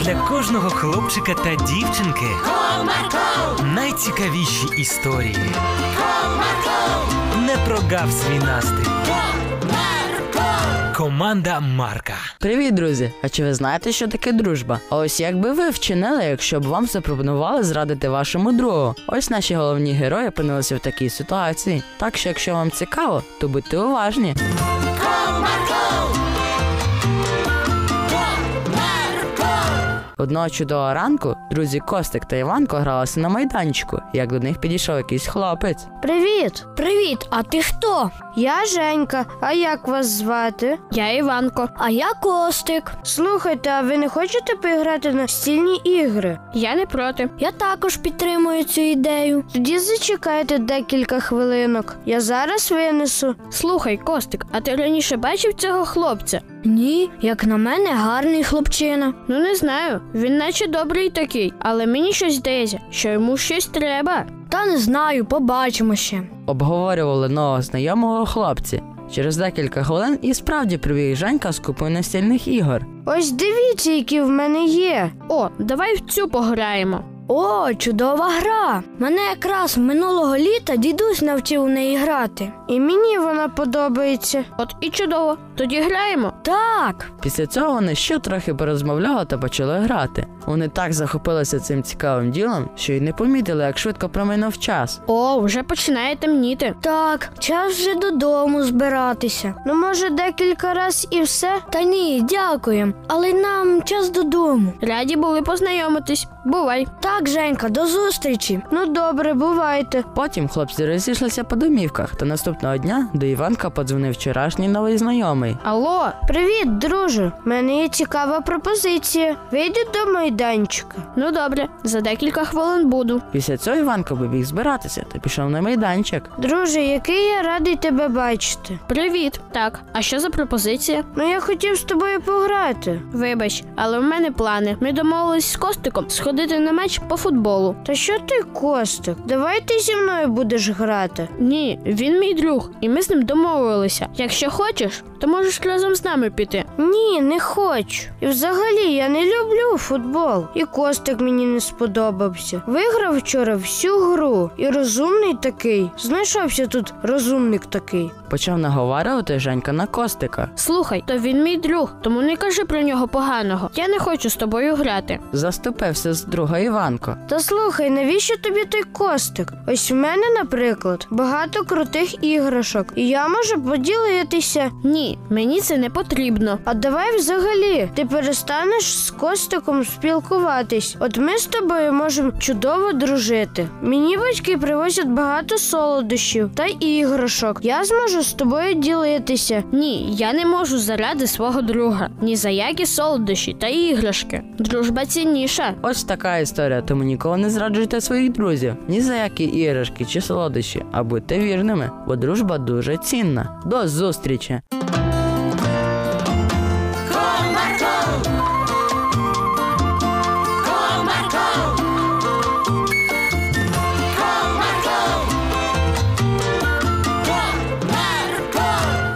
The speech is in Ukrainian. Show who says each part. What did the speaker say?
Speaker 1: для кожного хлопчика та дівчинки найцікавіші історії. Не прогав свій настрій. Команда Марка.
Speaker 2: Привіт, друзі! А чи ви знаєте, що таке дружба? А ось як би ви вчинили, якщо б вам запропонували зрадити вашому другу? Ось наші головні герої опинилися в такій ситуації. Так що, якщо вам цікаво, то будьте уважні. Одного чудового ранку друзі Костик та Іванко гралися на майданчику, як до них підійшов якийсь хлопець.
Speaker 3: Привіт!
Speaker 4: Привіт, а ти хто?
Speaker 3: Я Женька. А як вас звати?
Speaker 4: Я Іванко. А я Костик.
Speaker 3: Слухайте, а ви не хочете поіграти на стільні ігри?
Speaker 4: Я не проти. Я також підтримую цю ідею.
Speaker 3: Тоді зачекайте декілька хвилинок. Я зараз винесу.
Speaker 4: Слухай, Костик, а ти раніше бачив цього хлопця? Ні, як на мене, гарний хлопчина. Ну не знаю, він наче добрий такий, але мені щось здається, що йому щось треба. Та не знаю, побачимо ще.
Speaker 2: обговорювали нового знайомого хлопці. Через декілька хвилин і справді прибіг Женька з купою настільних ігор.
Speaker 3: Ось дивіться, які в мене є.
Speaker 4: О, давай в цю пограємо. О, чудова гра! Мене якраз минулого літа дідусь навчив у неї грати.
Speaker 3: І мені вона подобається.
Speaker 4: От і чудово, тоді граємо. Так.
Speaker 2: Після цього вони ще трохи порозмовляли та почали грати. Вони так захопилися цим цікавим ділом, що й не помітили, як швидко проминув час.
Speaker 4: О, вже починає темніти. Так, час вже додому збиратися.
Speaker 3: Ну, може, декілька раз і все?
Speaker 4: Та ні, дякуємо, але нам час додому. Раді були познайомитись. Бувай. Так, Женька, до зустрічі.
Speaker 3: Ну добре, бувайте.
Speaker 2: Потім хлопці розійшлися по домівках, та наступного дня до Іванка подзвонив вчорашній новий знайомий.
Speaker 4: Алло,
Speaker 3: Привіт, друже. В мене є цікава пропозиція. Вийди до майданчика.
Speaker 4: ну добре, за декілька хвилин буду.
Speaker 2: Після цього Іванко побіг збиратися та пішов на майданчик.
Speaker 3: Друже, який я радий тебе бачити.
Speaker 4: Привіт. Так, а що за пропозиція?
Speaker 3: Ну я хотів з тобою пограти.
Speaker 4: Вибач, але в мене плани. Ми домовились з Костиком сходити на меч по футболу.
Speaker 3: Та що ти, Костик? Давай ти зі мною будеш грати.
Speaker 4: Ні, він мій друг, і ми з ним домовилися. Якщо хочеш, то можеш разом з нами піти.
Speaker 3: Ні, не хочу. І взагалі я не люблю футбол. І Костик мені не сподобався. Виграв вчора всю гру. І розумний такий. Знайшовся тут розумник такий.
Speaker 2: Почав наговарювати Женька на Костика.
Speaker 4: Слухай, то він мій друг, тому не кажи про нього поганого. Я не хочу з тобою грати.
Speaker 2: Заступився з друга Іванко.
Speaker 3: Та слухай, навіщо тобі той костик? Ось в мене, наприклад, багато крутих іграшок, і я можу поділитися.
Speaker 4: Ні, мені це не потрібно.
Speaker 3: А давай взагалі ти перестанеш з костиком спілкуватись. От ми з тобою можемо чудово дружити. Мені батьки привозять багато солодощів та іграшок. Я зможу з тобою ділитися.
Speaker 4: Ні, я не можу заради свого друга, ні за які солодощі та іграшки. Дружба цінніша.
Speaker 2: Ось така історія, тому ніколи не зраджуйте своїх друзів, ні за які іграшки чи солодощі, а будьте вірними, бо дружба дуже цінна. До зустрічі!